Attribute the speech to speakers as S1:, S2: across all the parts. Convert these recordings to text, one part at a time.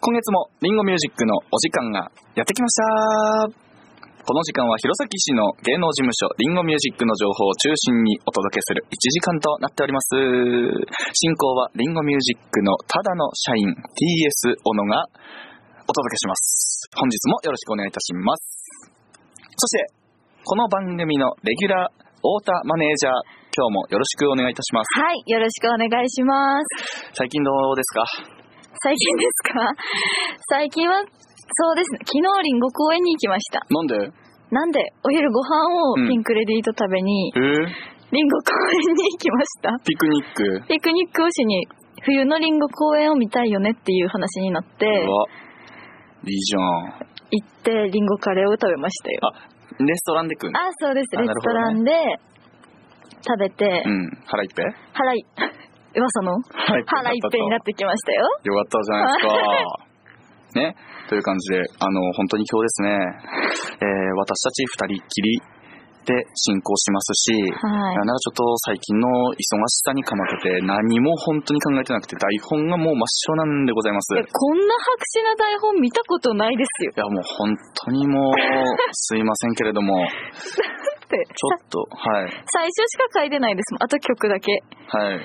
S1: 今月もリンゴミュージックのお時間がやってきましたこの時間は弘前市の芸能事務所リンゴミュージックの情報を中心にお届けする1時間となっております進行はリンゴミュージックのただの社員 TS 小野がお届けします本日もよろしくお願いいたしますそしてこの番組のレギュラー太田マネージャー今日もよろしくお願いいたします
S2: はい、よろしくお願いします。
S1: 最近どうですか
S2: 最近ですか 最近は、そうですね、昨日リンゴ公園に行きました。
S1: なんでえ
S2: なんで、お昼ご飯を
S1: うん
S2: ピンクレディーと食べに、
S1: ー
S2: リンゴ公園に行きました。
S1: ピクニック
S2: ピクニックをしに、冬のリンゴ公園を見たいよねっていう話になって、
S1: うわいいじゃん
S2: 行ってリンゴカレーを食べましたよ。
S1: レストランで食うの
S2: あ、そうです。
S1: あ
S2: レ
S1: なる
S2: ス
S1: ほ
S2: トラ
S1: ど
S2: ンで食べて、
S1: うん腹いっぺ
S2: 腹い、 噂の
S1: 腹いっ
S2: 腹いっぺんになってきましたよ。
S1: よかったじゃないですか ねという感じであの本当に今日ですね、えー私たち二人っきりで進行しますし、
S2: はい
S1: なんならちょっと最近の忙しさにかまけて何も本当に考えてなくて台本がもう真っ白なんでございます
S2: いやこんな白紙な台本見たことないですよ。
S1: いやもう本当にもうすいませんけれども
S2: だって
S1: ちょっとはい
S2: 最初しか書いてないですもん。あと曲だけ。
S1: はい。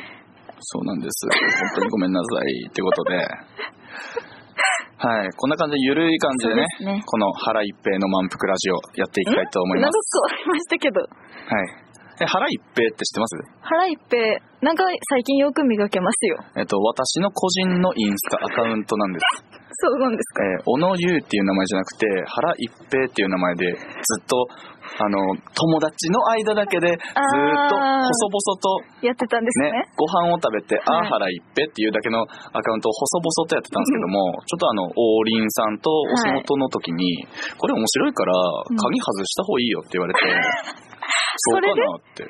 S1: そうなんです。本当にごめんなさい。ってことで。はい。こんな感じで、ゆるい感じでね、
S2: そうですね
S1: この原一平の満腹ラジオやっていきたいと思いま
S2: 長く
S1: す。
S2: 終わりましたけど。
S1: はい。え、原一平って知ってます
S2: 腹いっぺい、なんか最近よく磨けますよ。
S1: えっと、私の個人のインスタアカウントなんです。
S2: そうなんですか。
S1: えー小野優っていう名前じゃなくて、原一平っていう名前で、ずっと、あの、友達の間だけで、ずっと、
S2: あー
S1: 細々と、
S2: やってたんですね。
S1: ね、ご飯を食べて、
S2: はい
S1: あーはらいっぺっていうだけのアカウントを細々とやってたんですけども、ちょっとあの、王林さんとお仕事の時に、これ面白いから、
S2: ん
S1: 鍵外した方がいいよって言わ れて、そうかなって。うん。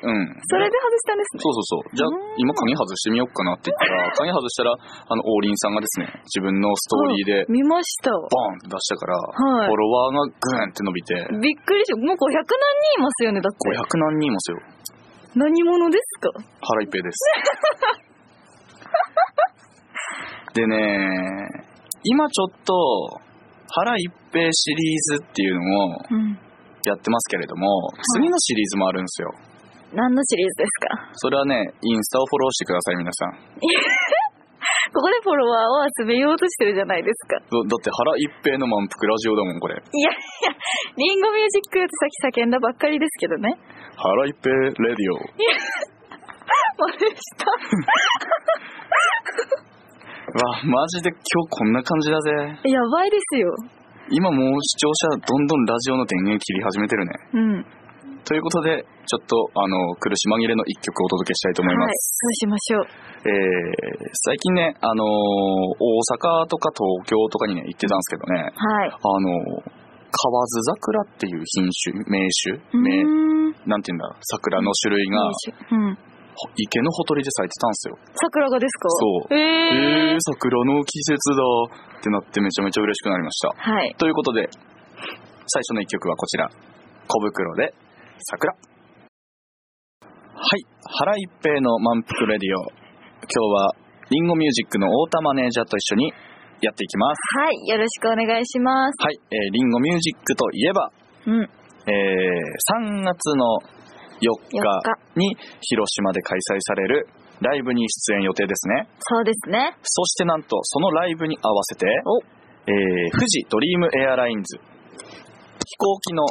S2: それで外したんですね。
S1: そうそうそう。じゃあ
S2: う、
S1: 今鍵外してみようかなって言ったら、鍵外したら、あの、王林さんがですね、自分のストーリーで、
S2: 見ましたわ。
S1: バーンって出したから、
S2: はい
S1: フォロワーがグーンって伸びて、
S2: びっくりした。もう500何人いますよね、だって。
S1: 500何人いますよ。
S2: 何者ですか
S1: 腹いっぺいです。でね、今ちょっと、腹いっぺいシリーズっていうのを
S2: うん。
S1: やってますけれども、次のシリーズもあるんですよ。
S2: 何のシリーズですか
S1: それはね、インスタをフォローしてください、皆さん。
S2: ここでフォロワーを集めようとしてるじゃないですか。
S1: だだって腹いっぺいの満腹ラジオだもん、これ。
S2: いやいや、リンゴミュージックってさっき叫んだばっかりですけ どね。
S1: 腹いっぺいレディオ。
S2: もうでした。
S1: わ、マジで今日こんな感じだぜ。
S2: やばいですよ。
S1: 今もう視聴者どんどんラジオの電源切り始めてるね。
S2: うん。
S1: ということで、ちょっとあの、苦し紛れの一曲をお届けしたいと思います
S2: はい、。そうしましょう。
S1: えー最近ね、あのー大阪とか東京とかにね、行ってたんですけどね、
S2: はい。
S1: あのー河津桜っていう品種、名種、名、
S2: うーん
S1: なんていうんだ、桜の種類が、
S2: うん。
S1: ほ池のほとりで咲いてたんですよ。
S2: 桜がですか。
S1: そうえ
S2: えー
S1: ー、桜の季節だってなってめちゃめちゃ嬉しくなりました。
S2: はい。
S1: ということで、最初の一曲はこちら。小袋で桜。はい。原一平の満腹レディオ。今日はリンゴミュージックの太田マネージャーと一緒にやっていきます。
S2: はい。よろしくお願いします。
S1: はい。えー、リンゴミュージックといえば、
S2: うん。よっ
S1: えー、3月の4日
S2: か。
S1: に広島で開催されるライブに出演予定ですね。
S2: そうですね。
S1: そしてなんとそのライブに合わせて、
S2: お
S1: えー富士ドリームエアラインズ飛行機の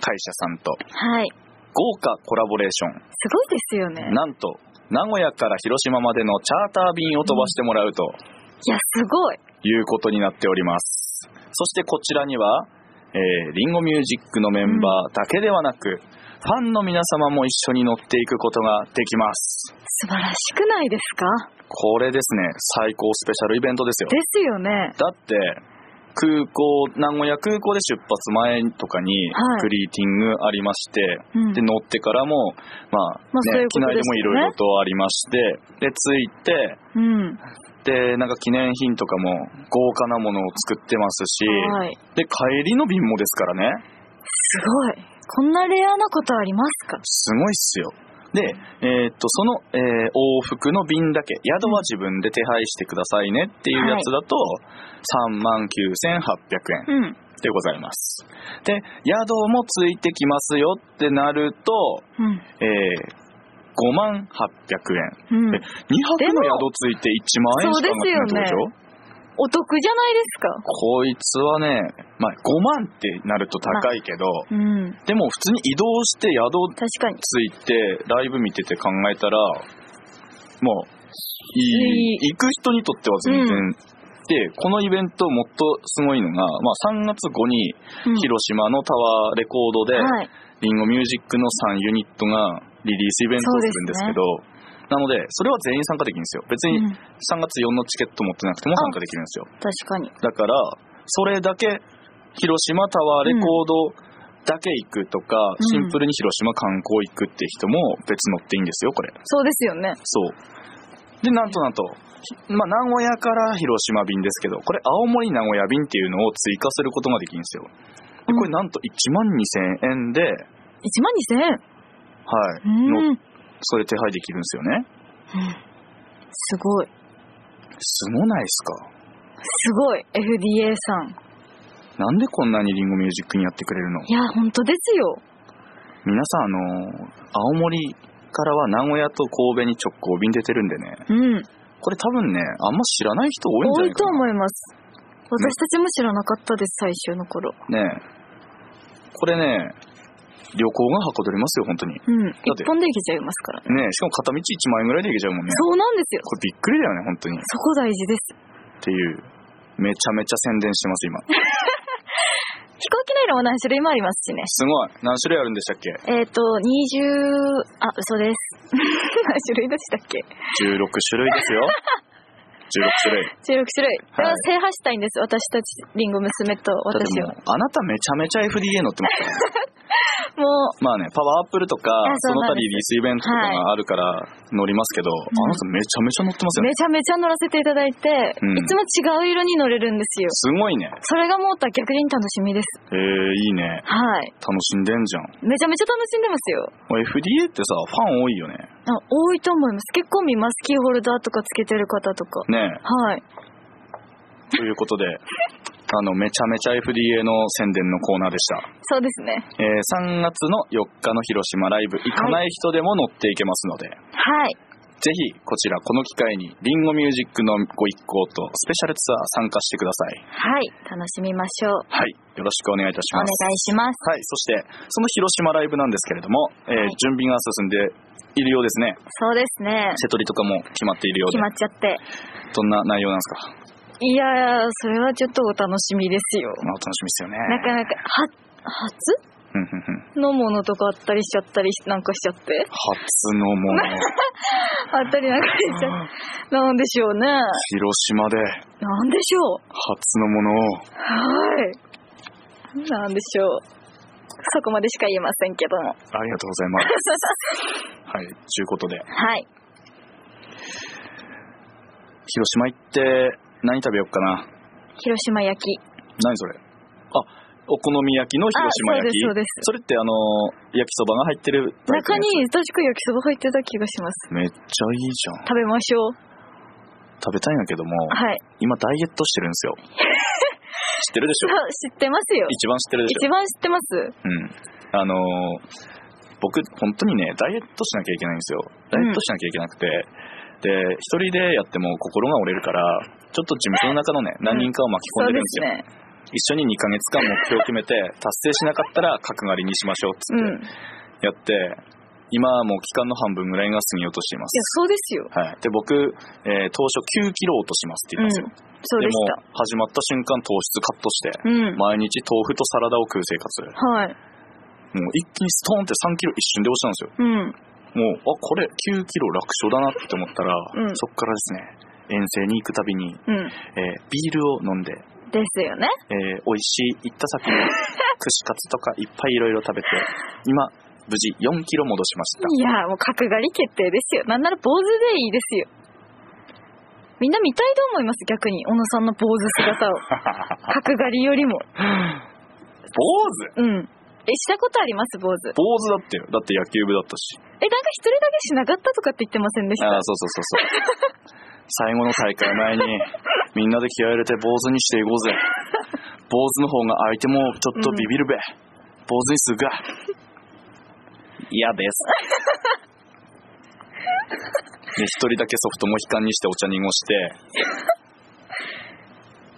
S1: 会社さんと
S2: はい。
S1: 豪華コラボレーシ
S2: すごいですよね
S1: ョン。なんと名古屋から広島までのチャーター便を飛ばしてもらうと
S2: いや、すごい。
S1: いうことになっておりますそしてこちらには、えーリンゴミュージックのメンバーだけではなく、ファンの皆様も一緒に乗っていくことができます
S2: 素晴らしくないですか
S1: これですね最高スペシャルイベントですよ
S2: ですよね。
S1: だって空港名古屋空港で出発前とかに
S2: はい
S1: グリーティングありまして、
S2: うん。
S1: で乗ってからもまあ、
S2: まあそうい
S1: ね
S2: う
S1: 機
S2: こと
S1: 内
S2: ですね
S1: でもいろいろとありましてで着いて
S2: うん。
S1: でなんか記念品とかも豪華なものを作ってますし、
S2: はい。
S1: で帰りの便もですからね
S2: すごい。こんなレアなことありますか
S1: すごいっすよで、えーっと、その、えー往復の便だけ、宿は自分で手配してくださいねっていうやつだと、39,800円
S2: うん。
S1: でございます。で、宿もついてきますよってなると、
S2: うん。
S1: えー、5万800円。
S2: うん
S1: え。2泊の宿ついて1万円しかなくなってことでし
S2: そうですよ
S1: ょ
S2: お得じゃないですか。
S1: こいつはね、まあ、5万ってなると高いけど、
S2: うん。
S1: でも普通に移動して宿
S2: 確かに。
S1: ついてライブ見てて考えたら、もう、いい
S2: いい、
S1: 行く人にとっては全然、で、このイベントもっとすごいのが、まあ、3月後に
S2: うん
S1: 広島のタワーレコードで、
S2: はい。
S1: リンゴミュージックの3ユニットがリリースイベントをするんですけど、なので、それは全員参加できるんですよ。別
S2: う
S1: に
S2: ん確
S1: 3月4のチケット持ってなくても参加できるんですよ。
S2: かに。
S1: だから、それだけ、広島タワーレコードだけ行くとか、
S2: うん
S1: シンプルに広島観光行くって人も別乗っていいんですよ、これ。
S2: そうですよね。
S1: そう。で、なんとなんと、ひまあ、名古屋から広島便ですけど、これ、青森名古屋便っていうのを追加することができるんですよ。でこれ、なんと1万2000円で、
S2: 1万2000
S1: は
S2: 円。
S1: い、
S2: うん
S1: の、。それ手配できるんですよね。
S2: すごい。
S1: すごないっすか
S2: すごい。FDA さん。
S1: なんでこんなにリンゴミュージックにやってくれるの
S2: いや、本当ですよ。
S1: 皆さん、あのー青森からは名古屋と神戸に直行便出てるんでね、
S2: うん。
S1: これ多分ね、あんま知らない人多いんじゃ
S2: 多
S1: ないいか
S2: と思います。私たちも知らなかったです、最終の頃。
S1: な。ねえこれね、旅行がはかどりますよ、本当に。ね
S2: うん。
S1: て
S2: 一本で行けちゃいますからね。
S1: えしかも片道1万円ぐらいで行けちゃうもんね。
S2: そうなんですよ。
S1: これびっくりだよね、本当に。っ
S2: そこ大事です。
S1: ていう。めちゃめちゃ宣伝して ます、今。
S2: 飛行機の色も何種類もありますしね。
S1: すごい。何種類あるんでしたっけ
S2: えっ、と、20、あ、嘘です。何種類でしたっけ
S1: ?16 種類ですよ。16種類。
S2: 16種類。これ
S1: は
S2: はい制覇したいんです。私たち、リンゴ娘と
S1: だって
S2: 私
S1: も
S2: は。
S1: う、あなためちゃめちゃ FDA 乗ってますからね。
S2: もう、
S1: まあね、パワーアップルとか
S2: あ、
S1: そ
S2: そう
S1: の
S2: なん
S1: 他
S2: で
S1: リリースイベントとかがあるから乗りますけど、あなためちゃめちゃ乗ってますよね。
S2: めちゃめちゃ乗らせていただいて、
S1: うん
S2: いつも違う色に乗れるんですよ。
S1: すごいね。
S2: それがもう逆に楽しみです。
S1: えー、いいね。
S2: はい。
S1: 楽しんでんじゃん。
S2: めちゃめちゃ楽しんでます
S1: も
S2: よ。
S1: う FDA ってさ、ファン多いよね。
S2: あ多いと思います。結構見ます。キーホルダーとかつけてる方とか。
S1: ね
S2: はい。
S1: え。ということで、 あの、めちゃめちゃ FDA の宣伝のコーナーでした。
S2: そうですね。
S1: えー、3月の4日の広島ライブ、行かない人でも乗っていけますので、
S2: はい。
S1: ぜひ、こちら、この機会に、リンゴミュージックのご一行と、スペシャルツアー参加してください。
S2: はい。楽しみましょう。
S1: はい。よろしくお願いいたし
S2: お
S1: ま
S2: 願い
S1: す。
S2: します。
S1: はい、そして、その広島ライブなんですけれども、えー
S2: はい
S1: 準備が進んでいるようですね。
S2: そうですね。
S1: 瀬取りとかも決まっているようで
S2: 決、まっちゃって。
S1: どんな内容なんですか
S2: いやー、それはちょっとお楽しみですよ。
S1: まあ、お楽しみですよね。
S2: なかなか、は、初
S1: うんうんうん
S2: のものとかあったりしちゃったりなんかしちゃって。
S1: 初のもの、
S2: あったりなんかしちゃって。 なんでしょうね。
S1: 広島で
S2: なんでしょう。
S1: 初のものを、
S2: はい。なんでしょう。そこまでしか言えませんけども。
S1: ありがとうござい ます。はい、ちゅうことで、
S2: はい。
S1: 広島行って何食べよっかな。
S2: 広島焼き。
S1: 何それあ、お好み焼きの広島焼き。
S2: あそうです
S1: それってあのー、焼きそばが入ってるタイプ
S2: 中
S1: のやつ。
S2: に確か焼きそば入ってた気がします。
S1: めっちゃいいじゃん。
S2: 食べましょう。
S1: 食べたいんだけども、
S2: はい。
S1: 今ダイエットしてるん ですよ。知ってるでしょ
S2: あ 知ってますよ。
S1: 一番知ってるでし
S2: 一番知ってます。
S1: ょうん。あのー僕、本当にね、ダイエットしなきゃいけないんですよ。ダイエットしなきゃいけなくて、で、一人でやっても心が折れるから、ちょっと事務所の中のね、何人かを巻き
S2: そ
S1: 込んで
S2: う
S1: るんで
S2: で
S1: す
S2: す
S1: よ。
S2: ね。
S1: 一緒に2ヶ月間目標を決めて、達成しなかったら角刈りにしましょうっ
S2: うん。
S1: つ
S2: い
S1: ってやって、今はもう期間の半分ぐらいが過ぎようとしています
S2: や。、そうですよ。
S1: はい。で、僕、えー当初9キロ落としますって言
S2: う
S1: っ
S2: ん。
S1: たんですよ。
S2: そうで
S1: でも始
S2: し
S1: まった瞬間糖質カットして
S2: た。う
S1: 毎
S2: ん。
S1: 日豆腐とサラダを食う生活
S2: はい。
S1: もう一気にストーンって3キロ一瞬で落ちたんですよ
S2: うん。
S1: もうあこれ9キロ楽勝だなって思ったら、
S2: うん
S1: そっからですね遠征に行くたびに、
S2: うん。
S1: えービールを飲んで、
S2: ですよね。
S1: えー美味しい行った先の串カツとかいっぱいいろいろ食べて今無事4キロ戻しました
S2: いや、もう角刈り決定ですよ。なんなら坊主でいいですよ。みんな見たいと思います、逆に。小野さんの坊主 姿を。角刈りよりも。
S1: 坊主
S2: うん。え、したことあります、坊主。
S1: 坊主だってよだって野球部だったし
S2: え、なんか一人だけしなかったとかって言ってませんでし
S1: あ
S2: た
S1: あ、そうそうそうそう。最後の大会前に、みんなで気合い入れて坊主にしていこうぜ。坊主の方が相手もちょっとビビるべ。坊主にするか。嫌です。で、一人だけソフトも悲観にしてお茶濁して、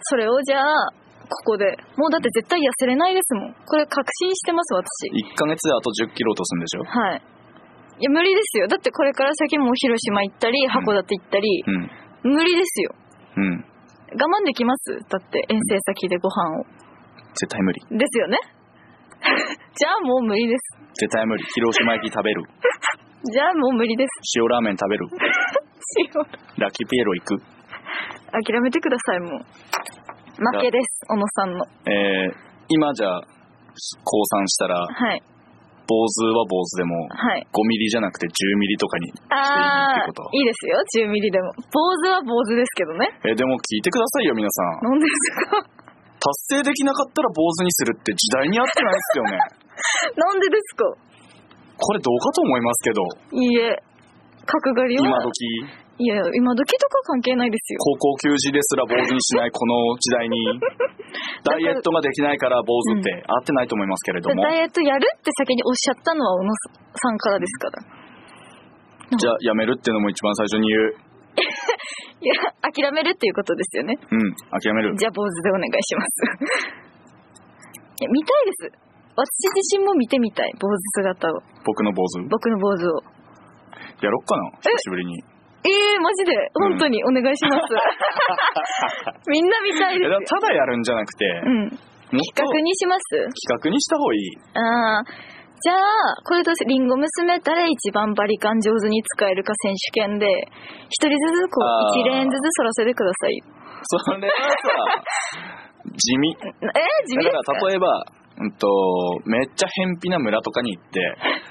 S2: それをじゃあ、ここで。もうだって絶対痩せれないですもん。これ確信してます、私。
S1: 1ヶ月であと10キロ落とすんでしょ
S2: はい。いや、無理ですよ。だってこれから先もう広島行ったり、函館行ったり、無理ですよ。
S1: うん。うん。
S2: 我慢できますだって遠征先でご飯を。
S1: 絶対無理。
S2: ですよね じゃあもう無理です。
S1: 絶対無理。広島焼き食べる。
S2: じゃあもう無理です。
S1: 塩ラーメン食べる。
S2: しよう
S1: ラッキーピエロ行く。
S2: 諦めてください、もう。負けです、小野さんの。
S1: えー、今じゃあ、降参したら、
S2: はい、
S1: 坊主は坊主でも、
S2: はい。
S1: 5ミリじゃなくて10ミリとかに。
S2: あ
S1: っていいってこと、
S2: ーいいですよ、10ミリでも。坊主は坊主ですけどね。
S1: えーでも聞いてくださいよ、皆さん。
S2: なんですか
S1: 達成できなかったら坊主にするって時代に合ってないですよね。
S2: なんでですか
S1: これどうかと思いますけど、
S2: いいえ、角刈り
S1: 今
S2: は
S1: 時、
S2: いや、今時とか関係ないですよ。
S1: 高校球児ですら坊主にしないこの時代 に、ダイエットができないから坊主って合ってないと思いますけれども、
S2: ダイエットやるって先におっしゃったのは小野さんからですから。
S1: じゃあやめるってのも一番最初に言う。
S2: いや、諦めるっていうことですよね。
S1: うん、諦める。
S2: じゃあ坊主でお願いします。いや、見たいです。私自身も見てみたい、坊主姿を。
S1: 僕の坊主。
S2: 僕の坊主を。
S1: やろっかな、久しぶりに。
S2: ええー、マジで、
S1: うん
S2: 本当にお願いします。 みんな見たい
S1: い
S2: で
S1: や
S2: す
S1: だ
S2: よ。
S1: ただやるんじゃなくて、
S2: うん。
S1: もっと
S2: 企画にします
S1: 企画にした方がいい。
S2: ああ。じゃあ、これとリンゴ娘、誰一番バリカン上手に使えるか選手権で、一人ずつこ
S1: あ
S2: う、
S1: ー
S2: 一レーンずつそらせてくださいよ。
S1: それはさ、地味。
S2: えー、地味
S1: だ
S2: で
S1: か
S2: すから
S1: 例えば、うんと、めっちゃ偏僻な村とかに行って、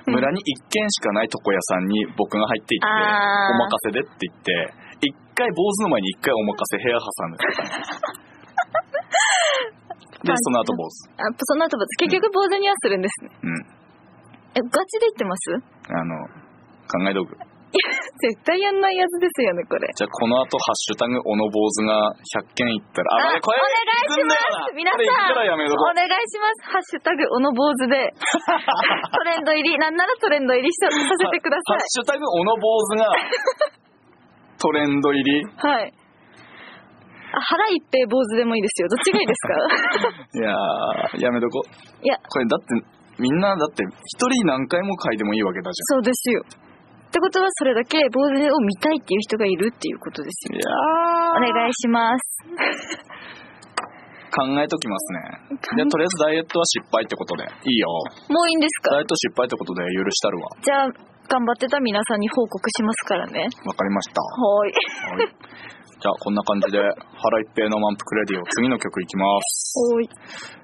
S2: うん
S1: 村に一軒しかない床屋さんに僕が入っていって、お
S2: あー
S1: 任せでって言って、一回坊主の前に一回お任せ部屋挟んでくださいで、その後坊主。
S2: あその後も結局坊主にはするんですね。
S1: うん。
S2: え、ガチで言ってます
S1: あの、考え道具。
S2: 絶対やんないやつですよね、これ。
S1: じゃあこの後、ハッシュタグ、おの坊主が100件いったら、
S2: あ
S1: あ、これ、
S2: お願いしま
S1: 行
S2: す
S1: くんだよな
S2: 皆さ
S1: こ
S2: ん
S1: れ行ったらやめとこう
S2: お願いします。ハッシュタグ、おの坊主 で。トレンド入り、なんならトレンド入りしさせてくだ
S1: ハッシュタグ、おの坊 主が、トレンド入り。
S2: さい。はい。あ腹いっぺい坊主でもいいですよ。どっちがいいですか
S1: いやー、やめとこ。
S2: いや、
S1: これだって、みんなだって、一人何回も書いてもいいわけだじ
S2: そうですよ。ってことは、それだけ坊主を見たいっていう人がいるっていうことです
S1: ゃん。
S2: よ。
S1: いや
S2: お願いします。
S1: ー、考えときますね。で、とりあえずダイエットは失敗ってことで。いいよ。
S2: もういいんです
S1: ダ
S2: か
S1: イエット失敗ってことで許したるわ。
S2: じゃあ、頑張ってた皆さんに報告しますからね。
S1: わかりました。は
S2: はい。
S1: い。じゃあ、こんな感じで、腹いっぺいの満腹レディオ、次の曲いきます。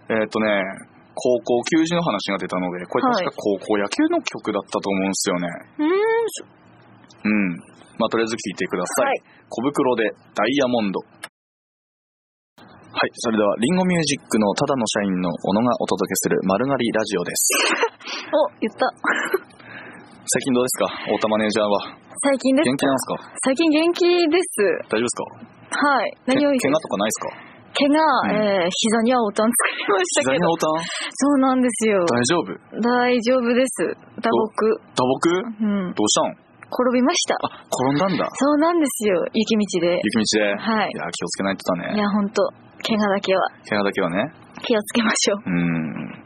S2: はい。
S1: えっ、とね、高校球児の話が出たので、これ確か
S2: はい
S1: 高校野球の曲だったと思うんですよね。
S2: うーん、
S1: うん。まあ、とりあえず聞いてください。
S2: はい
S1: 小袋でダイヤモンド。はい。それでは、リンゴミュージックのただの社員の小野がお届けする丸刈りラジオです。
S2: お、言った。
S1: 最近どうですか太田マネージャーは。
S2: 最近です
S1: 元気なんですか
S2: 最近元気です。
S1: 大丈夫ですか
S2: はい。何を言
S1: け
S2: っ
S1: 怪我
S2: て
S1: とかないですかうん
S2: 怪我、えー、膝にはおたん作りました
S1: 膝
S2: け
S1: に
S2: ど。
S1: おたん
S2: そうなんですよ。
S1: 大丈夫
S2: 大丈夫です。打撲。
S1: 打撲
S2: うん。
S1: どうしたん
S2: 転びました。
S1: あ、転んだんだ。
S2: そうなんですよ。雪道で。
S1: 雪道で。
S2: はい
S1: いや、気をつけないとだ
S2: い
S1: ね。
S2: や、ほんと、怪我だけは
S1: 怪我だけはね。
S2: 気をつけましょ
S1: うー
S2: う。
S1: ん。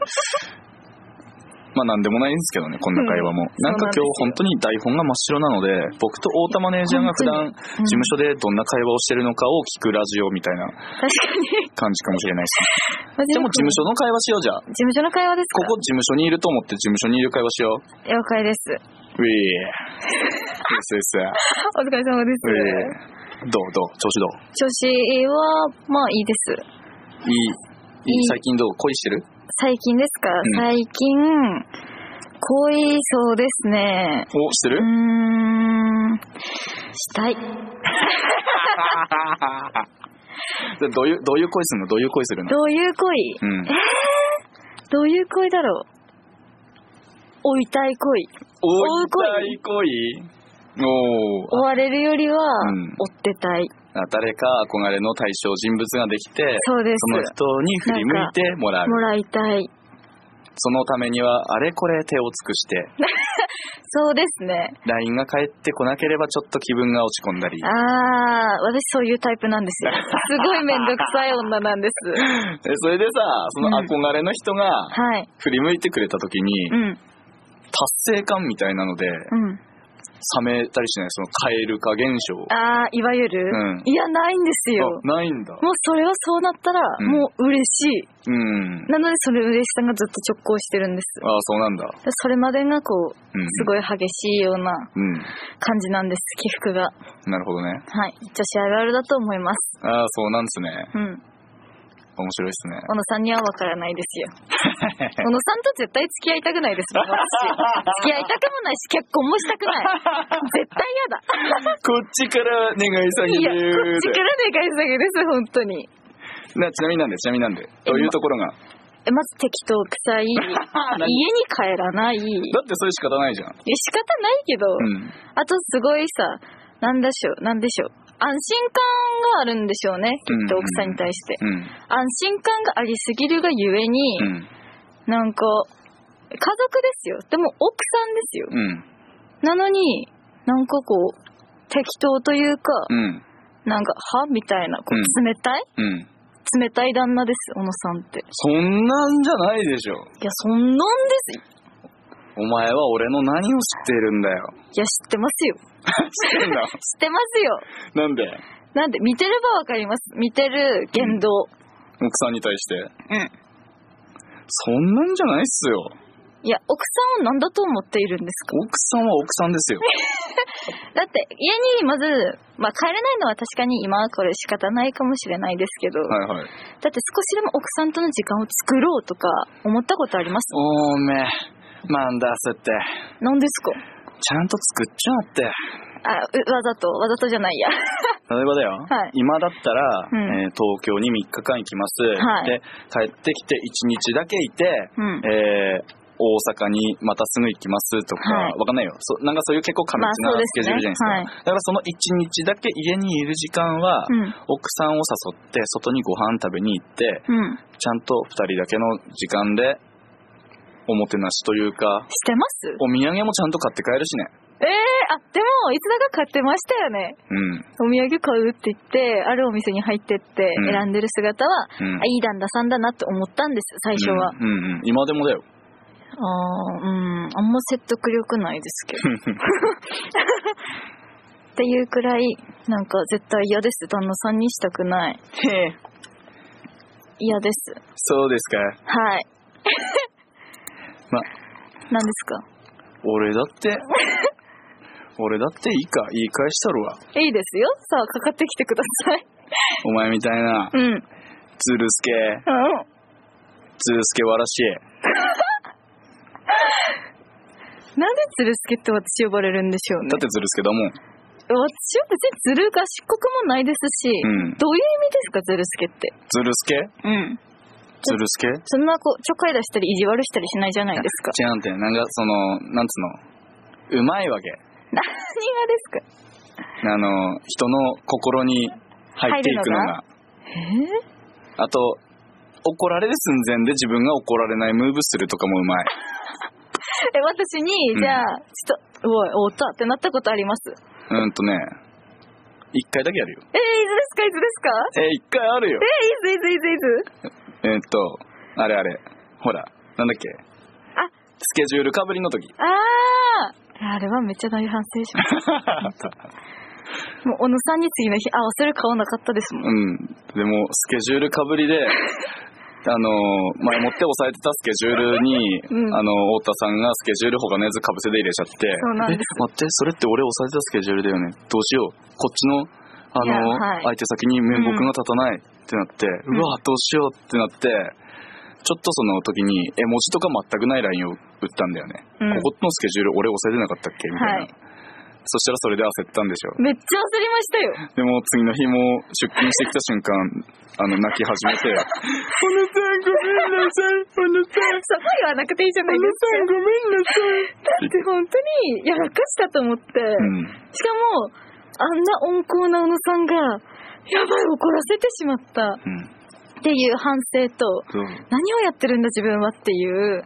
S1: まあなんでもないんですけどね、こんな会話も。なんか今日本当に台本が真っ白なので、僕と太田マネージャーが普段
S2: う
S1: 事
S2: ん
S1: 務所でどんな会話をしてるのかを聞くラジオみたいな
S2: 確かに。
S1: 感じかもしれないし。で
S2: で
S1: も事務
S2: 所。
S1: 所の会話しようじゃあ。
S2: 事務所の会話です
S1: こ
S2: か
S1: こ事務所にいると思って事務所にいる会話しよう。
S2: 了解です。
S1: ウィー。 そうそう。
S2: お疲れ様です。
S1: ウィー。どうどう調子どう
S2: 調子は、まあいいです。
S1: いいい
S2: い
S1: い
S2: い
S1: 最近どう恋してる
S2: 最近ですか、
S1: ん
S2: 最近、恋そうですね。
S1: お、して
S2: うー
S1: る
S2: ん、したい。
S1: でどういう、どういう恋するのどういう恋するの
S2: どういう恋
S1: うん。
S2: どういう恋だろう追いたい恋。
S1: 追
S2: 追
S1: いうた
S2: 恋
S1: い恋お
S2: 追
S1: お
S2: われるよりは、
S1: うん
S2: 追ってたい。
S1: 誰か憧れの対象人物ができて
S2: そうです。
S1: その人に振り向いてもらう
S2: もらいたい。
S1: そのためにはあれこれ手を尽くして
S2: そうですね。
S1: LINE が返ってこなければちょっと気分が落ち込んだり
S2: ああ、私そういうタイプなん ですよ。すごいめんどくさい女なんです。
S1: えそれでさその憧れの人が
S2: はい。
S1: 振り向いてくれた時に
S2: うん、うん。
S1: 達成感みたいなので冷めたりしないその蛙化現象
S2: ああ、いわゆる、
S1: うん
S2: いや、ないんですよ。
S1: あないんだ
S2: もうそれはそうなったら、
S1: うん
S2: もう嬉し
S1: うん
S2: い。なので、それ嬉しさがずっと直行してるんです。
S1: あそうなんだ
S2: それまでがこう、
S1: うん
S2: すごい激しいような
S1: うん
S2: 感じなんです、起伏が。
S1: なるほどね
S2: はい。女子あるあるだと思います。
S1: ああそうなんですね
S2: うん。
S1: 面白いですね
S2: 小野さんには分からないですよ。小野さんと絶対付き合いたくないですもん、私。付き合いたくもないし、結婚もしたくない。絶対嫌だ。
S1: こっちから願い下
S2: い
S1: げ
S2: や、こ
S1: る
S2: っちから願い下げです、本当に。
S1: なちなみになんでちなみになんでどういうところが
S2: えまず適当 臭い。家に帰らない。い
S1: だってそれ仕方ないじゃん
S2: や仕方ないけど、
S1: うん
S2: あとすごいさ、なんでしょう、なんでしょう。安心感があるんでしょうね、きっと奥さんに対して。
S1: うん
S2: 安心感がありすぎるがゆえに、
S1: うん
S2: なんか、家族ですよ。でも奥さんですよ。
S1: うん
S2: なのに、なんかこう、適当というか、
S1: うん
S2: なんか、はみたいな、こ
S1: う
S2: う、冷たい、
S1: うん
S2: 冷たい旦那です、小野さんって。い
S1: そんなんじゃないでしょ
S2: や、そんなんです。
S1: お前は俺の何を知っているんだよ
S2: いや、知ってますよ。
S1: 知ってんだ
S2: 知ってま
S1: な
S2: すよ。
S1: んで
S2: なんで、見てればわかります。見てる言動。
S1: 奥さんに対して
S2: うん。
S1: そんなんじゃないっすよ
S2: いや、奥さんを何だと思っているんですか
S1: 奥さんは奥さんですよ
S2: だって、家にまず、まあ、帰れないのは確かに今はこれ仕方ないかもしれないですけど、
S1: はいはい
S2: だって少しでも奥さんとの時間を作ろうとか思ったことあります
S1: おめえマンダースって
S2: 何ですか
S1: ちゃんと作っちゃうって
S2: あ、うわざと、わざとじゃないや。
S1: 例えばだよ、
S2: はい
S1: 今だったら、
S2: うん
S1: えー東京に3日間行きます、
S2: はい
S1: で帰ってきて1日だけいて、
S2: うん。
S1: えー大阪にまたすぐ行きますとか、
S2: はい
S1: わかんないよそなんかそういう結構過密
S2: まあ
S1: な
S2: そうで
S1: スケ
S2: す
S1: ジュールじゃ
S2: ね
S1: ないですか、だからその1日だけ家にいる時間は、
S2: うん。
S1: 奥さんを誘って外にご飯食べに行って
S2: うん。
S1: ちゃんと2人だけの時間でおもてなしというか
S2: してます
S1: お土産もちゃんと買って帰るしね
S2: ええあ、でも、いつだか買ってましたよね。お土産買うって言って、あるお店に入ってって
S1: うん
S2: 選んでる姿は、
S1: うんうん
S2: あいい旦那さんだなって思ったんです、最初は。
S1: うんうんうん今でもだよ
S2: あーうん、あんま説得力ないですけど。っていうくらい、なんか絶対嫌です、旦那さんにしたくない。嫌です。
S1: そうですか
S2: はい。
S1: ま
S2: 何です
S1: 俺だって 俺だっていいか言い返したるわ
S2: かいいですよ。さあ、かかってきてください。
S1: お前みたいな
S2: うん。う
S1: ズ
S2: ん。
S1: ルスケズルスケわらしい
S2: なんでズルスケって私呼ばれるんでしょうね
S1: だっ。てズルスケだもん
S2: 私は別にずる賢くもないですし、
S1: うん
S2: どういう意味ですか、ずるすけって。
S1: ズルスケ
S2: うん。
S1: ズルスケ
S2: そんなこう、ちょかい出したり、意地悪したりしないじゃないですか。
S1: 違うんてなんかそのなんつうのうまいわけ
S2: 何がですか
S1: あの人の心に入っていくのが
S2: え
S1: あと怒られる寸前で自分が怒られないムーブするとかもうまい
S2: え、私に
S1: う、ん
S2: じゃあ、ちょっと、おい、おったってなったことあります。え
S1: うんとね一回だけやるよ
S2: ー、いつですか、いつですか
S1: えー、一回あるよ
S2: えー、いつ、いつ、いつ、いつ。
S1: えーっとあれあれほらなんだっけ
S2: あ
S1: スケジュールかぶりの時
S2: あーあれはめっちゃ大反省しま し
S1: う
S2: た。もう、小野さんに次の日、あ、忘れる顔なかったですもん。
S1: んでもスケジュールかぶり であのー前もって押さえてたスケジュールに、
S2: うん
S1: あの太田さんがスケジュール他のやつかぶせて入れちゃって
S2: そうなんです
S1: え待ってそれって俺押さえてたスケジュールだよねどうしようこっちのあの
S2: いやは
S1: 相
S2: い
S1: 手先に面目が立たないってなって、うんわどうしようってなってちょっとその時に絵文字とか全くないラインを打ったんだよね、
S2: うん
S1: ここのスケジュール俺押さえてなかったっけみたいな、
S2: はい
S1: そしたらそれで焦ったんでしょ
S2: めっちゃ焦りましたよ。
S1: う。でも次の日も出勤してきた瞬間、あの、泣き始 めて、お姉さんごめんなさい、お姉さん、
S2: そこ言わなくていいじゃ
S1: お
S2: ない
S1: 姉
S2: で
S1: さんごめんなさい。
S2: すか。で、本当にやらかしたと思って、
S1: うん。
S2: しかも、あんな温厚な小野さんが、やばい、怒らせてしまった
S1: うん。
S2: っていう反省と、
S1: そう
S2: 何をやってるんだ自分はっていう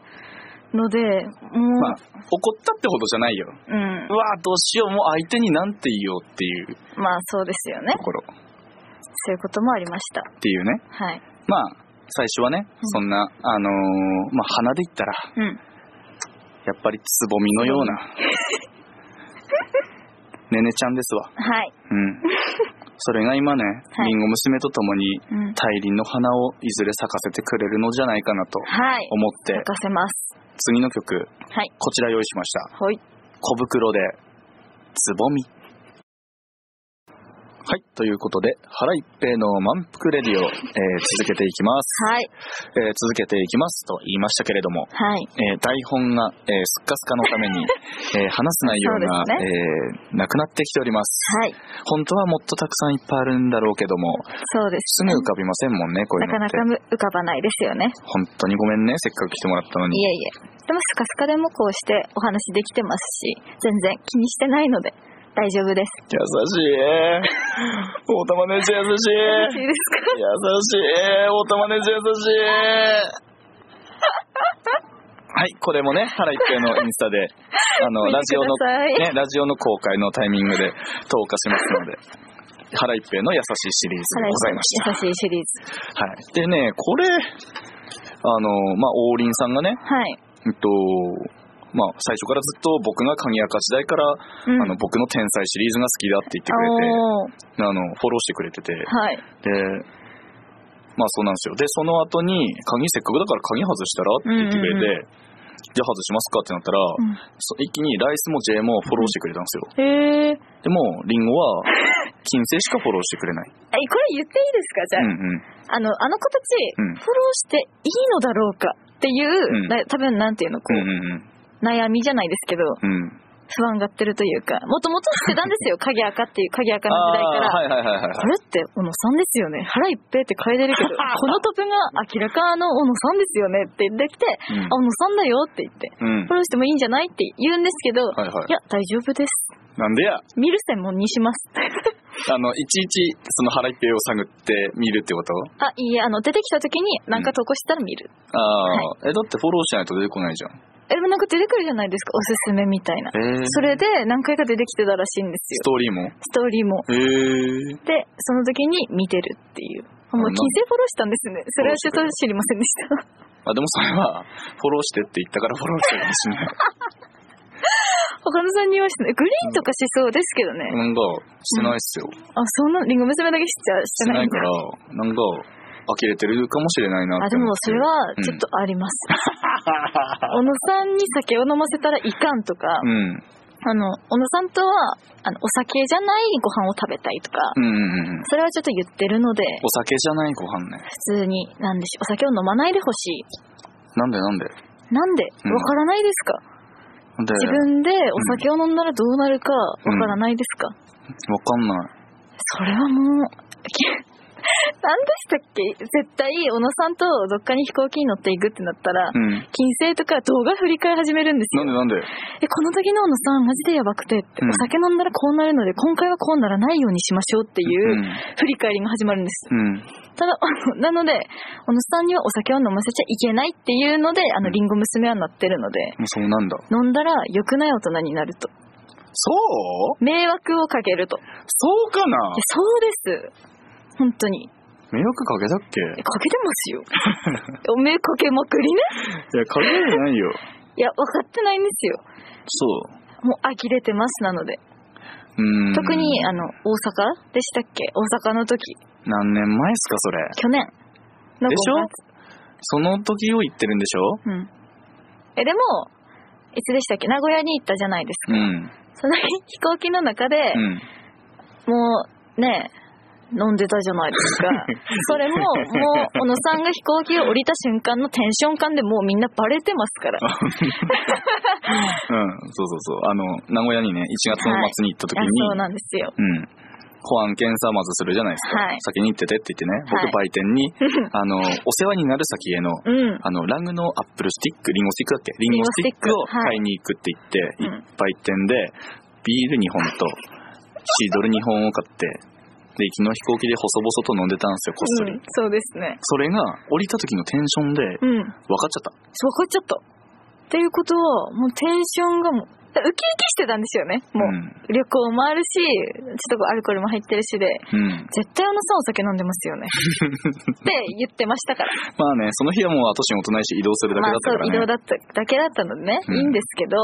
S2: ので、もう、
S1: まあ、怒ったってほどじゃないよ。
S2: うん
S1: う。わどうしよう、もう相手になんて言おうっていう
S2: まあそうですよね
S1: と。ころ
S2: そういうこともありました。
S1: っていうね。
S2: はい。
S1: まあ、最初はね、そんな、あのーまあ、鼻で言ったら、
S2: うん。
S1: やっぱりつぼみのような、 ねねちゃんですわ。
S2: はい。
S1: うん。それが今ね、
S2: はい
S1: りんご娘と共に、
S2: うん。
S1: 大輪の花をいずれ咲かせてくれるのじゃないかなと
S2: はい。
S1: 思って、
S2: 任せます。
S1: 次の曲、
S2: はい。
S1: こちら用意しました。
S2: ほい。
S1: 小袋で、つぼみ。はい。ということで、原一平の満腹レディを、えー続けていきます。
S2: はい。
S1: えー続けていきますと言いましたけれども、
S2: はい。
S1: えー台本が、えーすっかすかのために、えー話す内容が、
S2: そうで
S1: えーなくなってきております。
S2: はい。
S1: 本当はもっとたくさんいっぱいあるんだろうけども、
S2: そうで
S1: す
S2: す
S1: ぐ
S2: ね。
S1: 浮かびませんもんね、こういう
S2: な
S1: の
S2: か
S1: っ
S2: な
S1: て
S2: か。む浮かばないですよね。
S1: 本当にごめんね、せっかく来てもらったの
S2: い
S1: に。
S2: えいえ。でもスカスカでもこうしてお話できてますし、全然気にしてないので大丈夫です。
S1: 優しい。大玉ねじ優し
S2: 嬉し
S1: い。
S2: いですか
S1: 優しい。大玉ねじ優しい。はい、これもね、原一平のインスタで、あの、
S2: 見て
S1: ラジオの
S2: ください
S1: ね、ラジオの公開のタイミングで投下しますので、原一平の優しいシリーズでございました。
S2: 優しいシリーズ。
S1: はい。でね、これ、あの、まあ、王林さんがね、
S2: はい。
S1: うんと、まあ、最初からずっと僕が鍵垢時代から、
S2: うん
S1: あの、僕の天才シリーズが好きだって言って
S2: おー
S1: くれて、あの、フォローしてくれてて、
S2: はい。
S1: で、まあそうなんですよ。で、その後に、鍵せっかくだから鍵外したらって言ってくれて、
S2: うん
S1: じゃあ外しますかってなったら、
S2: ん
S1: そ一気にライスも J もフォローしてくれたんですよ。
S2: へえ。
S1: でも、リンゴは、金星しかフォローしてくれ ない。
S2: え、これ言っていいですかじゃあ、
S1: うんうん。
S2: あの、あの子たち、
S1: うん
S2: フォローしていいのだろうかっていう、
S1: うん
S2: な多分なんていうの、こ
S1: う
S2: う、
S1: んうん
S2: 悩みじゃないですけど、
S1: うん。うん。
S2: 不安がってるというか、もともとしてた んですよ、鍵赤っていう、鍵赤の時代
S1: あ
S2: か
S1: あー、は
S2: ら。
S1: いはいはいはい。
S2: これって小野さんですよね。腹いっぺいって書いてるけど、このトップが明らかの小野さんですよねって言ってきて、あ小野さんだよって言って、
S1: うん。うん
S2: フォ。ローしてもいいんじゃないって言うんですけど、
S1: はいはい
S2: いや、大丈夫です。
S1: い。なんでや、
S2: 見る専門にします。
S1: あの、いちいち、その腹いっぺいを探って見るってこと
S2: あ、いいえ、あの、出てきた時になんか投稿したら見る。
S1: ああ、え、だってフォローしないと出てこないじゃん。
S2: え、でもなんか出てくるじゃないですか、おすすめみたいな。
S1: え
S2: それで何回か出てきてたらしいんです
S1: ス
S2: よ。
S1: トーリーも
S2: ストーリーも。
S1: へえ
S2: で、その時に見てるっていう。もう、
S1: あな
S2: 金星フォローしたんですね。それはちょっと知りませんでした。
S1: あ、でもそれは、フォローしてって言ったからフォローしてるかもしれない。
S2: 岡野さんに言わしてない。グリーンとかしそうですけどね。
S1: なんか、してないっすよ。
S2: あ、そんな、リンゴ娘だけしちゃ、
S1: し
S2: し
S1: てて
S2: な
S1: ないい
S2: ん
S1: か
S2: だ
S1: ら。、なんか、呆れてるかもしれないな
S2: あ、
S1: って
S2: で
S1: 思
S2: も
S1: っ
S2: そ
S1: て。
S2: れはちょっとあり ます。小野さんに酒を飲ませたらいかんとか、
S1: うん。
S2: あの、小野さんとは、あの、お酒じゃないご飯を食べたいとか、
S1: うんうんうんうん。
S2: それはちょっと言ってるので、
S1: お酒じゃないご飯ね。
S2: 普通に、なんでしょう、お酒を飲まないでほし
S1: なんでなんで
S2: い。なんで
S1: うん
S2: わからないですか、
S1: なんで、
S2: 自
S1: わ
S2: 分でお酒を飲んだらどうなるかわからないですか、
S1: かんない。
S2: それはもう、 何でしたっけ絶対、小野さんとどっかに飛行機に乗っていくってなったら、
S1: うん。
S2: 金星とか動画振り返り始めるんです
S1: な
S2: よ
S1: ん。でなんで
S2: え、この時の小野さん、マジでやばくてって、
S1: うん
S2: お酒飲んだらこうなるので、今回はこうならないようにしましょうっていう振り返りが始まるんです。
S1: うん。うん。
S2: ただ、 あのなので、小野さんにはお酒を飲ませちゃいけないっていうので、あ
S1: う
S2: の、
S1: ん
S2: リンゴ娘はなってるので、
S1: そうなんだ。
S2: 飲んだら良くない大人になると。
S1: そう
S2: 迷惑をかけると。いや
S1: そうかな
S2: そうです。本当に。
S1: 迷惑かけたっけ
S2: えかけ てますよ。おめえかけまくりね。
S1: いや、かけてないよ。
S2: いや、分かってないんですよ。
S1: そう。
S2: もう呆れてます、なので。
S1: うん。
S2: 特に、あの、大阪でしたっけ大阪の時、
S1: 何年前っすか、それ。
S2: 去年の5月。
S1: でしょその時を言ってるんでしょ
S2: うん。え、でも、いつでしたっけ名古屋に行ったじゃないです
S1: う
S2: か。
S1: ん。
S2: その飛行機の中で、
S1: うん。
S2: もう、ねえ、飲んでたじゃ ないですか。それも、もう、小野さんが飛行機を降りた瞬間のテンション感でもうみんなバレてますから。
S1: うん、そうそうそう。あの、名古屋にね、1月の末に行った時
S2: いや
S1: に、
S2: そうなんですよ。
S1: うん。保安検査まずするじゃないですか。
S2: はい
S1: 先に行っててって言ってね、僕
S2: はい
S1: 売店 に、あの、お世話になる先への、
S2: うん。
S1: あの、ラングのアップルスティック、リンゴスティックだっけリンゴスティックを買いに行くって言って、
S2: リンゴス
S1: 売店で、ビール2本と、シードル2本を買って、で、昨日飛行機で細々と飲んでたんですよ、こっそり。
S2: うん、そうですね。
S1: それが、降りた時のテンションで、
S2: う
S1: 分
S2: ん。
S1: かっちゃった。
S2: そう、こっちょっと。っていうことは、もうテンションがもう、だからウキウキしてたんですよね。もう、
S1: ん。
S2: 旅行もあるし、ちょっとこうアルコールも入ってるしで、
S1: うん。
S2: 絶対小野さんお酒飲んでますよ ね。って言ってましたから。
S1: まあね、その日はもう後始もとないし、移動するだけ
S2: まあ
S1: だった
S2: そ
S1: から
S2: う、移
S1: ね。
S2: 動だった、だけだったのでね、
S1: うん
S2: いいんですけど、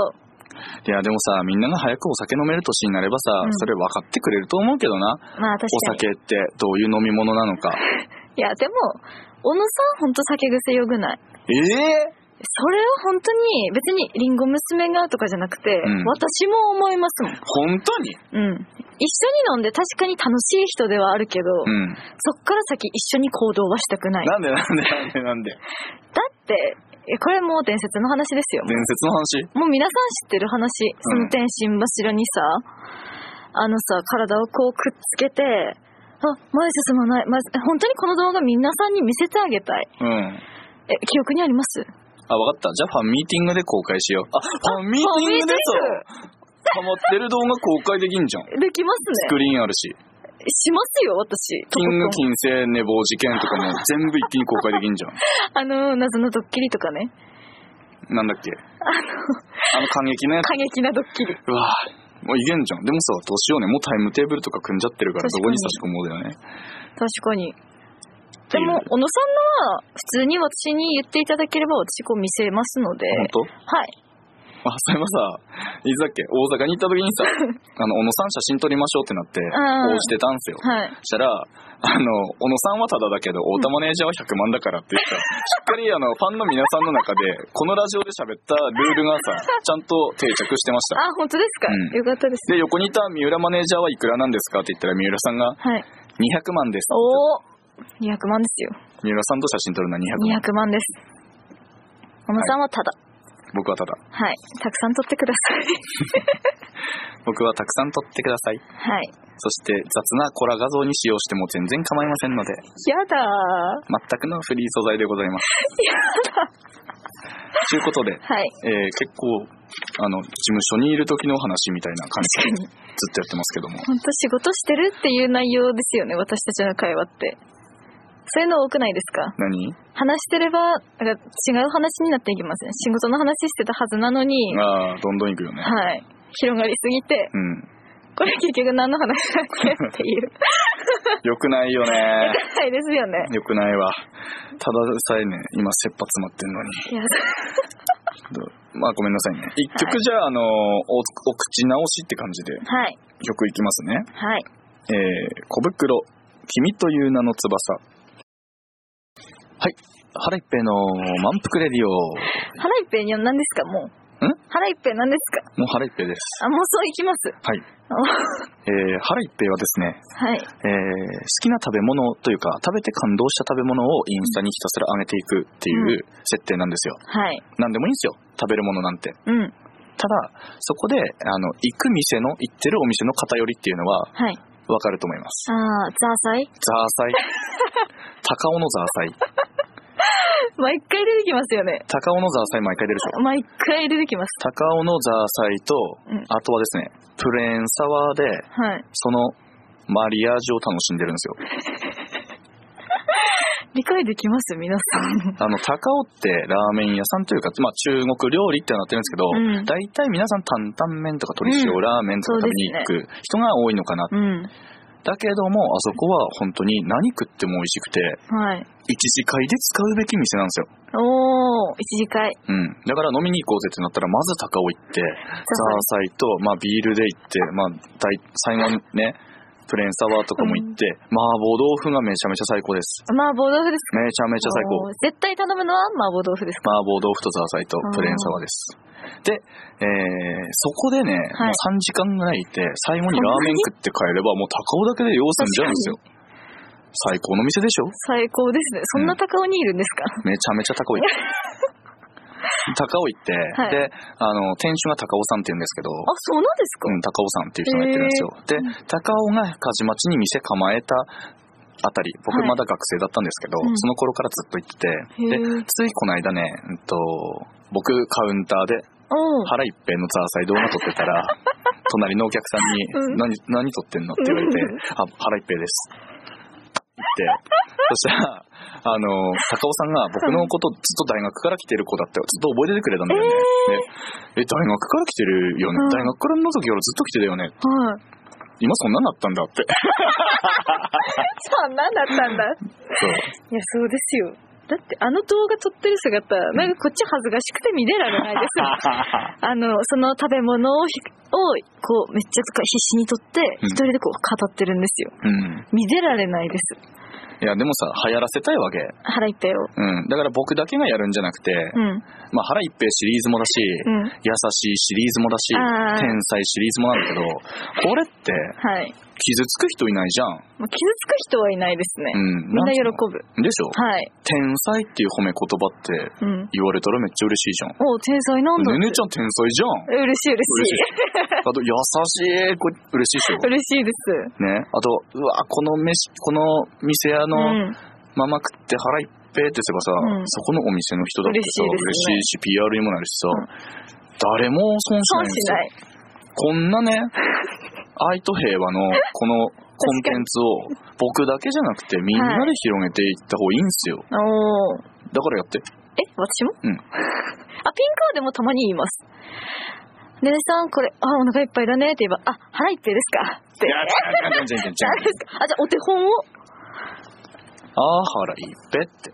S1: いや、でもさ、みんなが早くお酒飲める年になればさ、
S2: うん
S1: それ分かってくれると思うけどな。
S2: まあ確
S1: お
S2: か
S1: 酒
S2: に。
S1: ってどういう飲み物なのか。
S2: いや、でも、小野さんほんと酒癖よくない。
S1: ええ
S2: それは本当に、別にリンゴ娘がとかじゃなくて、
S1: ん
S2: 私も思いますもん。
S1: 本当に
S2: うん。一緒に飲んで確かに楽しい人ではあるけど、
S1: うん。
S2: そっから先一緒に行動はしたくない。だ
S1: なんでなんでなんでなんで
S2: って、えこれもう伝説の話ですよ。
S1: 伝説の話
S2: もう皆さん知ってる話、その天心柱にさ、あのさ、体をこうくっつけて、あ、前進まない、前進本当にこの動画皆さんに見せてあげたい。
S1: うん。
S2: え、記憶にあります
S1: あ、わかった。じゃあファンミーティングで公開しよう。あ、ファンミー
S2: あ
S1: ティングで
S2: フ
S1: さ、ハマってる動画公開できんじゃん。
S2: できます
S1: ス
S2: ね。
S1: クリーンあるし。
S2: しますよ、私。と
S1: キ
S2: こ
S1: ング
S2: とん
S1: 金星寝坊事件とかも全部一気に公開できんじゃん。
S2: あの、謎のドッキリとかね。
S1: なんだっけあの感激のやつ。
S2: 過激なドッキリ。
S1: うわぁもういけんじゃん。でもさ、どうしようね。もうタイムテーブルとか組んじゃってるから、ど
S2: 確
S1: こ
S2: か
S1: に
S2: に
S1: 差し込もうだよね。
S2: 確かに。でも、
S1: っていう
S2: 小野さんのは、普通に私に言っていただければ、私こう見せますので。
S1: 本当
S2: はい。
S1: あ、それもさ、いつだっけ大阪に行った時にさ、あの、小野さん写真撮りましょうってなって、応
S2: ん
S1: じてたんすよ。
S2: はい。
S1: したら、あの、小野さんはタダだけど、太田マネージャーは100万だからって言ったら、しっかりあの、ファンの皆さんの中で、このラジオで喋ったルールがさ、ちゃんと定着してました。
S2: あ、本当ですか、
S1: うん
S2: よかったです。
S1: で、横にいた三浦マネージャーはいくらなんですかって言ったら、三浦さんが
S2: はい。
S1: 200万です。
S2: おお200万ですよ。
S1: 三浦さんと写真撮るのは200万。
S2: 200万です。小野さんはただ。
S1: 僕はタダ。
S2: はい。たくさん取ってくだ
S1: 僕はたくさん撮ってください。
S2: さい。 はい。
S1: そして雑なコラ画像に使用しても全然構いませんので、
S2: やだー。
S1: 全くのフリー素材でございます。ということで、
S2: はい。
S1: えー結構、あの、事務所にいる時の話みたいな感じで
S2: 確かに。
S1: ずっとやってますけども。
S2: 本当仕事してるっていう内容ですよね。私たちの会話って。そういうの多くないですか
S1: 何
S2: 話してれば、なんか違う話になっていきません。仕事の話してたはずなのに、
S1: ああ、どんどんいくよね。
S2: はい。広がりすぎて、
S1: うん。
S2: これ結局何の話だっけっていう。
S1: よくないよね。
S2: はいですよね。
S1: よくないわ。ただでさえね、今、切羽詰まってんのに。
S2: いや、
S1: どうまあ、ごめんなさいね。一曲じゃあ、あの、お、お口直しって感じで
S2: はい。
S1: 曲いきますね。
S2: はい。
S1: えー、小袋、君という名の翼。はい。腹いっぺいの満腹レディオ。も
S2: 腹いっぺいには何ですかもう。
S1: ん
S2: 腹いっぺい何ですか
S1: う腹いっぺいです。
S2: あ、もうそういきます。
S1: はい。えー、腹いっぺいはですね、
S2: は
S1: え
S2: い。
S1: ー好きな食べ物というか食べて感動した食べ物をインスタにひたすら上げていくっていうう設定なんですよ、
S2: はい。
S1: なん、何でもいいんですよ食べるものなんて
S2: うん。
S1: ただそこであの行く店の行ってるお店の偏りっていうのは
S2: はい。
S1: 分かると思います
S2: あー、ザーサイ
S1: ザーサイ 高尾のザーサイ
S2: 毎回出てきますよね。
S1: 高尾のザーサイ毎回出るでしょ
S2: 毎回出てきます。
S1: 高尾のザーサイと、
S2: うん
S1: あとはですねプレーンサワーで
S2: はい。
S1: そのマリアージュを楽しんでるんです よ
S2: 理解できます皆さん。
S1: あの、高尾ってラーメン屋さんというか、まあ中国料理ってなってるんですけど、
S2: うん
S1: 大体皆さん担々麺とか鶏塩ラーメンとか食べに行く人が多いのかな。
S2: うん。
S1: だけども、あそこは本当に何食っても美味しくて、
S2: はい。
S1: 一次会で使うべき店なんですよ。
S2: おー、一次会。
S1: うん。だから飲みに行こうぜってなったら、まず高尾行って、ザーサイと、まあビールで行って、まあ大最後にね、プレーンサワーとかも行って、麻婆豆腐がめちゃめちゃ最高です。
S2: 麻婆豆腐です
S1: めちゃめちゃ最高
S2: おー。絶対頼むのは麻婆豆腐です
S1: 麻
S2: か
S1: 婆豆腐とザーサイとプレーンサワーです。で、えー、そこでね、もう3時間ぐらいいて、最後にラーメン食って帰れば、もう高尾だけで要すんじゃないんですよ。 最高の店でしょ
S2: 最高ですね。そんな高尾にいるんですか、
S1: めちゃめちゃ 高い。高尾行って、
S2: はい
S1: で、あの、店主が高尾さんって言うんですけど、
S2: あ、そうなんですか、
S1: うん、高尾さんっていう人がやってるんですよ。で、高尾が梶町に店構えたあたり、僕
S2: はい
S1: まだ学生だったんですけど、
S2: うん
S1: その頃からずっと行ってて、で、
S2: へえ。
S1: ついこの間ね、うんと、僕カウンターで
S2: おう。
S1: 腹いっぺんのザーサイ動画撮ってた ら、隣のお客さんに
S2: う、ん
S1: 何、何撮ってんのって言われて
S2: う、
S1: あ、腹いっぺんです。って、そしたら、あの、高尾さんが僕のことずっと大学から来てる子だったよ。ずっと覚えててくれたんだよね。でえ、大学から来てるよね
S2: うん。
S1: 大学からの時からずっと来てたよね。
S2: はい。
S1: 今そんなんなったんだって。
S2: さあ、何だったんだ
S1: そう。
S2: いや、そうですよ。だって、あの動画撮ってる姿、なんかこっち恥ずかしくて見れられないですもん。 あの、その食べ物をひ、をこう、めっちゃ使い必死に撮って、
S1: うん
S2: 一人でこう、語ってるんですよ。
S1: うん。
S2: 見れられないです。
S1: いや、でもさ、流行らせたいわけ。
S2: 腹いっぱいを。
S1: うん。だから僕だけがやるんじゃなくて、
S2: うん。
S1: まあ、腹いっぺいシリーズもだし、
S2: うん。
S1: 優しいシリーズもだし、
S2: あー
S1: 天才シリーズもなんだけど、これって
S2: はい。
S1: 傷つく人いないじゃん。
S2: もう傷つく人はいないです
S1: う
S2: ね。
S1: ん。
S2: みんな喜
S1: ぶ。
S2: ぶ。
S1: でしょ
S2: はい。
S1: 天才っていう褒め言葉って
S2: うん。
S1: 言われたらめっちゃ嬉しいじゃん。
S2: おう天才なんだって。
S1: ねねちゃん天才じゃん。
S2: 嬉しい嬉しい。
S1: あと、優しい。これ嬉しいでしょ。
S2: 嬉しいです。
S1: ね。あと、うわ、この飯、この店屋
S2: う
S1: の
S2: ん。
S1: まま食って腹いっぺいってすればさ、
S2: うん
S1: そこのお店の人だってさ、
S2: 嬉
S1: 嬉し
S2: しい
S1: いし、PR にもなるしさ、誰も損しない
S2: 損
S1: んですよこんな
S2: しない。
S1: ね、愛と平和のこのコンテンツを僕だけじゃなくてみんなで広げていった方がいいんですよ。
S2: おー。
S1: だからやって。
S2: え私も
S1: うん
S2: あピンクはでもたまに言いますでねさんこれあお腹いっぱいだねって言えばあ腹いっぱいですかって
S1: いや、違う違う違う違う違
S2: じゃああれ
S1: う
S2: ですかあじゃあお手本を
S1: あー腹いっぺって。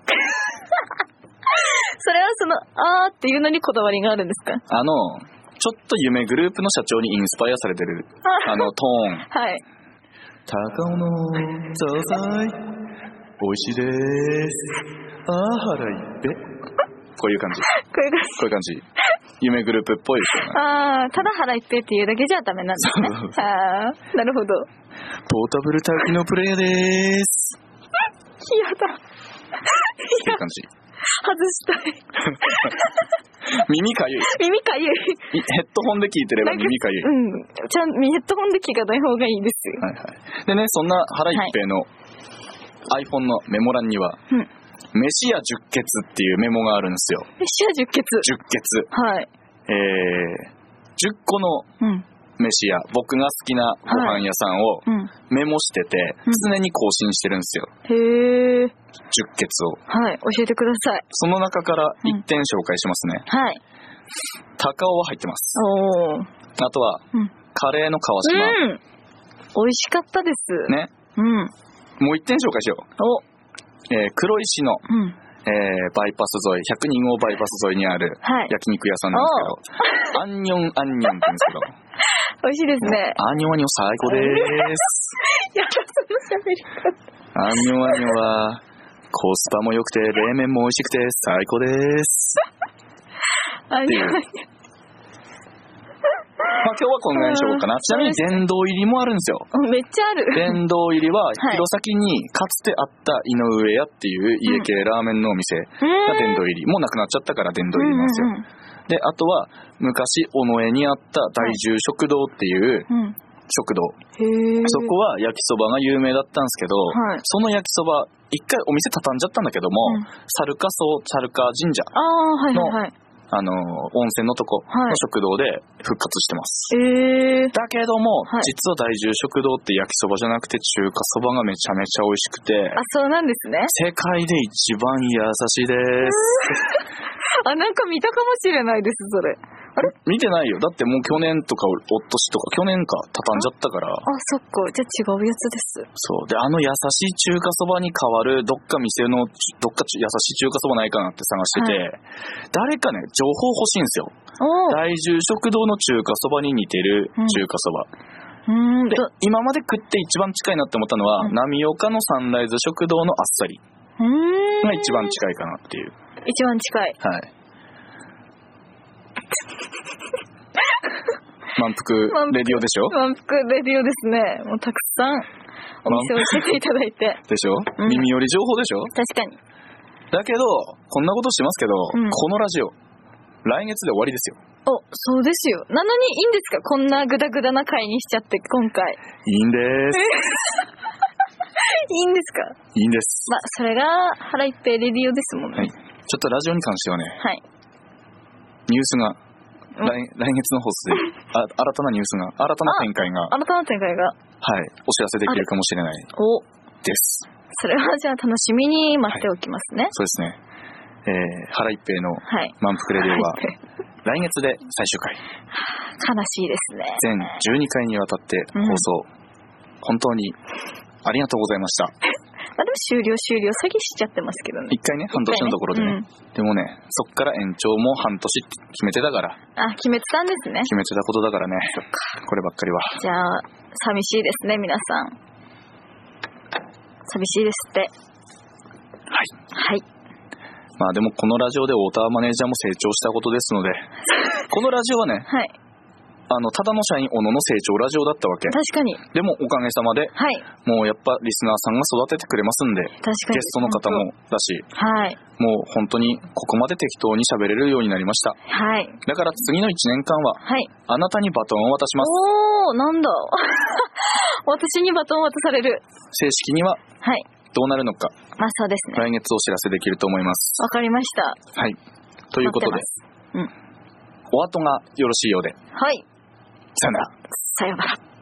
S2: それはそのあーっていうのにこだわりがあるんですか
S1: あの、ちょっと夢グループの社長にインスパイアされてる、あのトーン。
S2: はい
S1: 高尾のザーサイ、美味しいです。あー腹いっぺ。こういう感じ。
S2: これが
S1: こういう感じ。夢グループっぽいですよね。
S2: あーただ腹いっぱいっていうだけじゃダメなんですね
S1: そうそう
S2: あーなるほど
S1: ポータブルタキのプレイヤーでーす。
S2: や
S1: っ
S2: だ
S1: ていう感じ。
S2: 外したい
S1: 耳かゆい。
S2: 耳かゆい
S1: ヘッドホンで聞いてれば
S2: なんか
S1: 耳かゆい。
S2: うんちゃんヘッドホンで聞かない方がいいですよ
S1: はいはい。でね、そんな原一平の iPhone のメモ欄には、
S2: うん
S1: 飯や十血っていうメモがあるんですよ。
S2: 視野十
S1: 十
S2: 血
S1: 血。
S2: はい
S1: えー、10個の
S2: うん
S1: 飯や僕が好きなご飯屋さんを
S2: うん
S1: メモしてて、
S2: うん
S1: 常に更新してるんですよ。
S2: へえ
S1: 十血を。
S2: はい教えてください
S1: その中から1点紹介しますね。
S2: はい
S1: 高尾は入ってます。
S2: おお。うん。
S1: あとは、
S2: うん
S1: カレーの川島。
S2: 美味しかったです。
S1: ね。
S2: うん。
S1: もう1点紹介しよう。
S2: お、
S1: えー黒石の
S2: うん。
S1: えーバイパス沿い、102号バイパス沿いにある
S2: はい。
S1: 焼肉屋さんなんですけど、アンニョンアンニョンって言うんですけど、
S2: 美味しいですね。
S1: アンニョンアンニョン最高でーす。
S2: やだ、その喋り方。
S1: アンニョンアンニョンは、コスパも良くて、冷麺も美味しくて最高でーす。
S2: あ、い
S1: ていう
S2: や
S1: まあ今日はこんぐらいにしようかな。ちなみに殿堂入りもあるんですよ。
S2: めっちゃある。
S1: 殿堂入りは、
S2: い
S1: 弘前にかつてあった井上屋っていう家系ラーメンのお店
S2: う
S1: が殿
S2: ん。
S1: 堂入り。もうなくなっちゃったから殿堂入りなんですよ。で、あとは、昔、尾上にあった大重食堂っていう
S2: うんうんうん。うん
S1: 食堂。
S2: へえ。
S1: そこは焼きそばが有名だったんですけど、
S2: はい
S1: その焼きそば、一回お店畳んじゃったんだけども、
S2: うん
S1: 猿笠猿笠神社、
S2: ああ、はいはいはい。
S1: あの、温泉のとこ
S2: は
S1: の
S2: い
S1: 食堂で復活してます。
S2: ええ。
S1: だけども、
S2: はい
S1: 実は大重食堂って焼きそばじゃなくて中華そばがめちゃめちゃ美味しくて
S2: あ、、そうなんですね。
S1: 世界で一番優しいです。
S2: あ、なんか見たかもしれないです、それ。あ、
S1: 見てないよ。だってもう去年とか、おおっとしとか、去年か畳んじゃったから、
S2: そっか。じゃあ違うやつです。
S1: そう。で、あの優しい中華そばに変わる、どっか店の、ちどっかち優しい中華そばないかなって探してて、誰かね、情報欲しいんですよ。
S2: おお。
S1: 大重食堂の中華そばに似てる
S2: うん
S1: 中華そば。
S2: うん
S1: で
S2: と。、
S1: 今まで食って一番近いなって思ったのは、
S2: うん
S1: 浪岡のサンライズ食堂のあっさり
S2: うん。
S1: が一番近いかなっていう。
S2: 一番近い。
S1: はい。満腹レディオでしょ
S2: 満腹レディオですね。もうたくさんお店を教えていただいて。
S1: でしょ、
S2: うん
S1: 耳より情報でしょ
S2: 確かに。
S1: だけど、こんなことしてますけど、
S2: うん
S1: このラジオ、来月で終わりですよ。
S2: お、そうですよ。なのにいいんですかこんなグダグダな回にしちゃって、今回。
S1: いいんです。
S2: いいんですか
S1: いいんです。
S2: まあ、それが腹いっぺいレディオですもんね。
S1: はい。ちょっとラジオに関してはね、
S2: はい。
S1: ニュースが、
S2: うん
S1: 来来月の放送で、あ新たなニュースが、新たな展開が、
S2: あなたの展開が、
S1: はい、お知らせできるかもしれない
S2: お、
S1: です。
S2: それはじゃあ楽しみに待っておきますね。
S1: そうですね。えー、原一平の
S2: はい。
S1: 満腹レディオは、
S2: 腹いっぺい
S1: 来月で最終回、
S2: 悲しいですね。
S1: 全12回にわたって放送、本当にありがとうございました。
S2: まあ、でも終了終了詐欺しちゃってますけどね
S1: 一。回ね、半年のところでね。でもね、そっから延長も半年って決めてたから、
S2: うんあ、決めてたんですね。
S1: 決めてたことだからね、 こればっかりは。
S2: じゃあ、寂しいですね、皆さん。寂しいですって。
S1: はい。
S2: はい。
S1: まあでもこのラジオでウォーターマネージャーも成長したこと ですので、このラジオはね、
S2: はい。
S1: あの、ただの社員、小野の成長ラジオだったわけ。
S2: 確かに。
S1: でもおかげさまで、
S2: はい。
S1: もうやっぱリスナーさんが育ててくれますんで、
S2: 確かに。
S1: ゲストの方もだし、
S2: 本当。はい。
S1: もう本当にここまで適当に喋れるようになりました。
S2: はい。
S1: だから次の1年間は、
S2: はい。
S1: あなたにバトンを渡します。
S2: おー、なんだ。 私にバトン渡される。
S1: 正式には
S2: はい。
S1: どうなるのか、
S2: まあそうですね。
S1: 来月お知らせできると思います。
S2: わかりました。
S1: はい。ということで、
S2: 待って
S1: お後がよろしいようで、
S2: はい。
S1: さよなら。
S2: さようなら。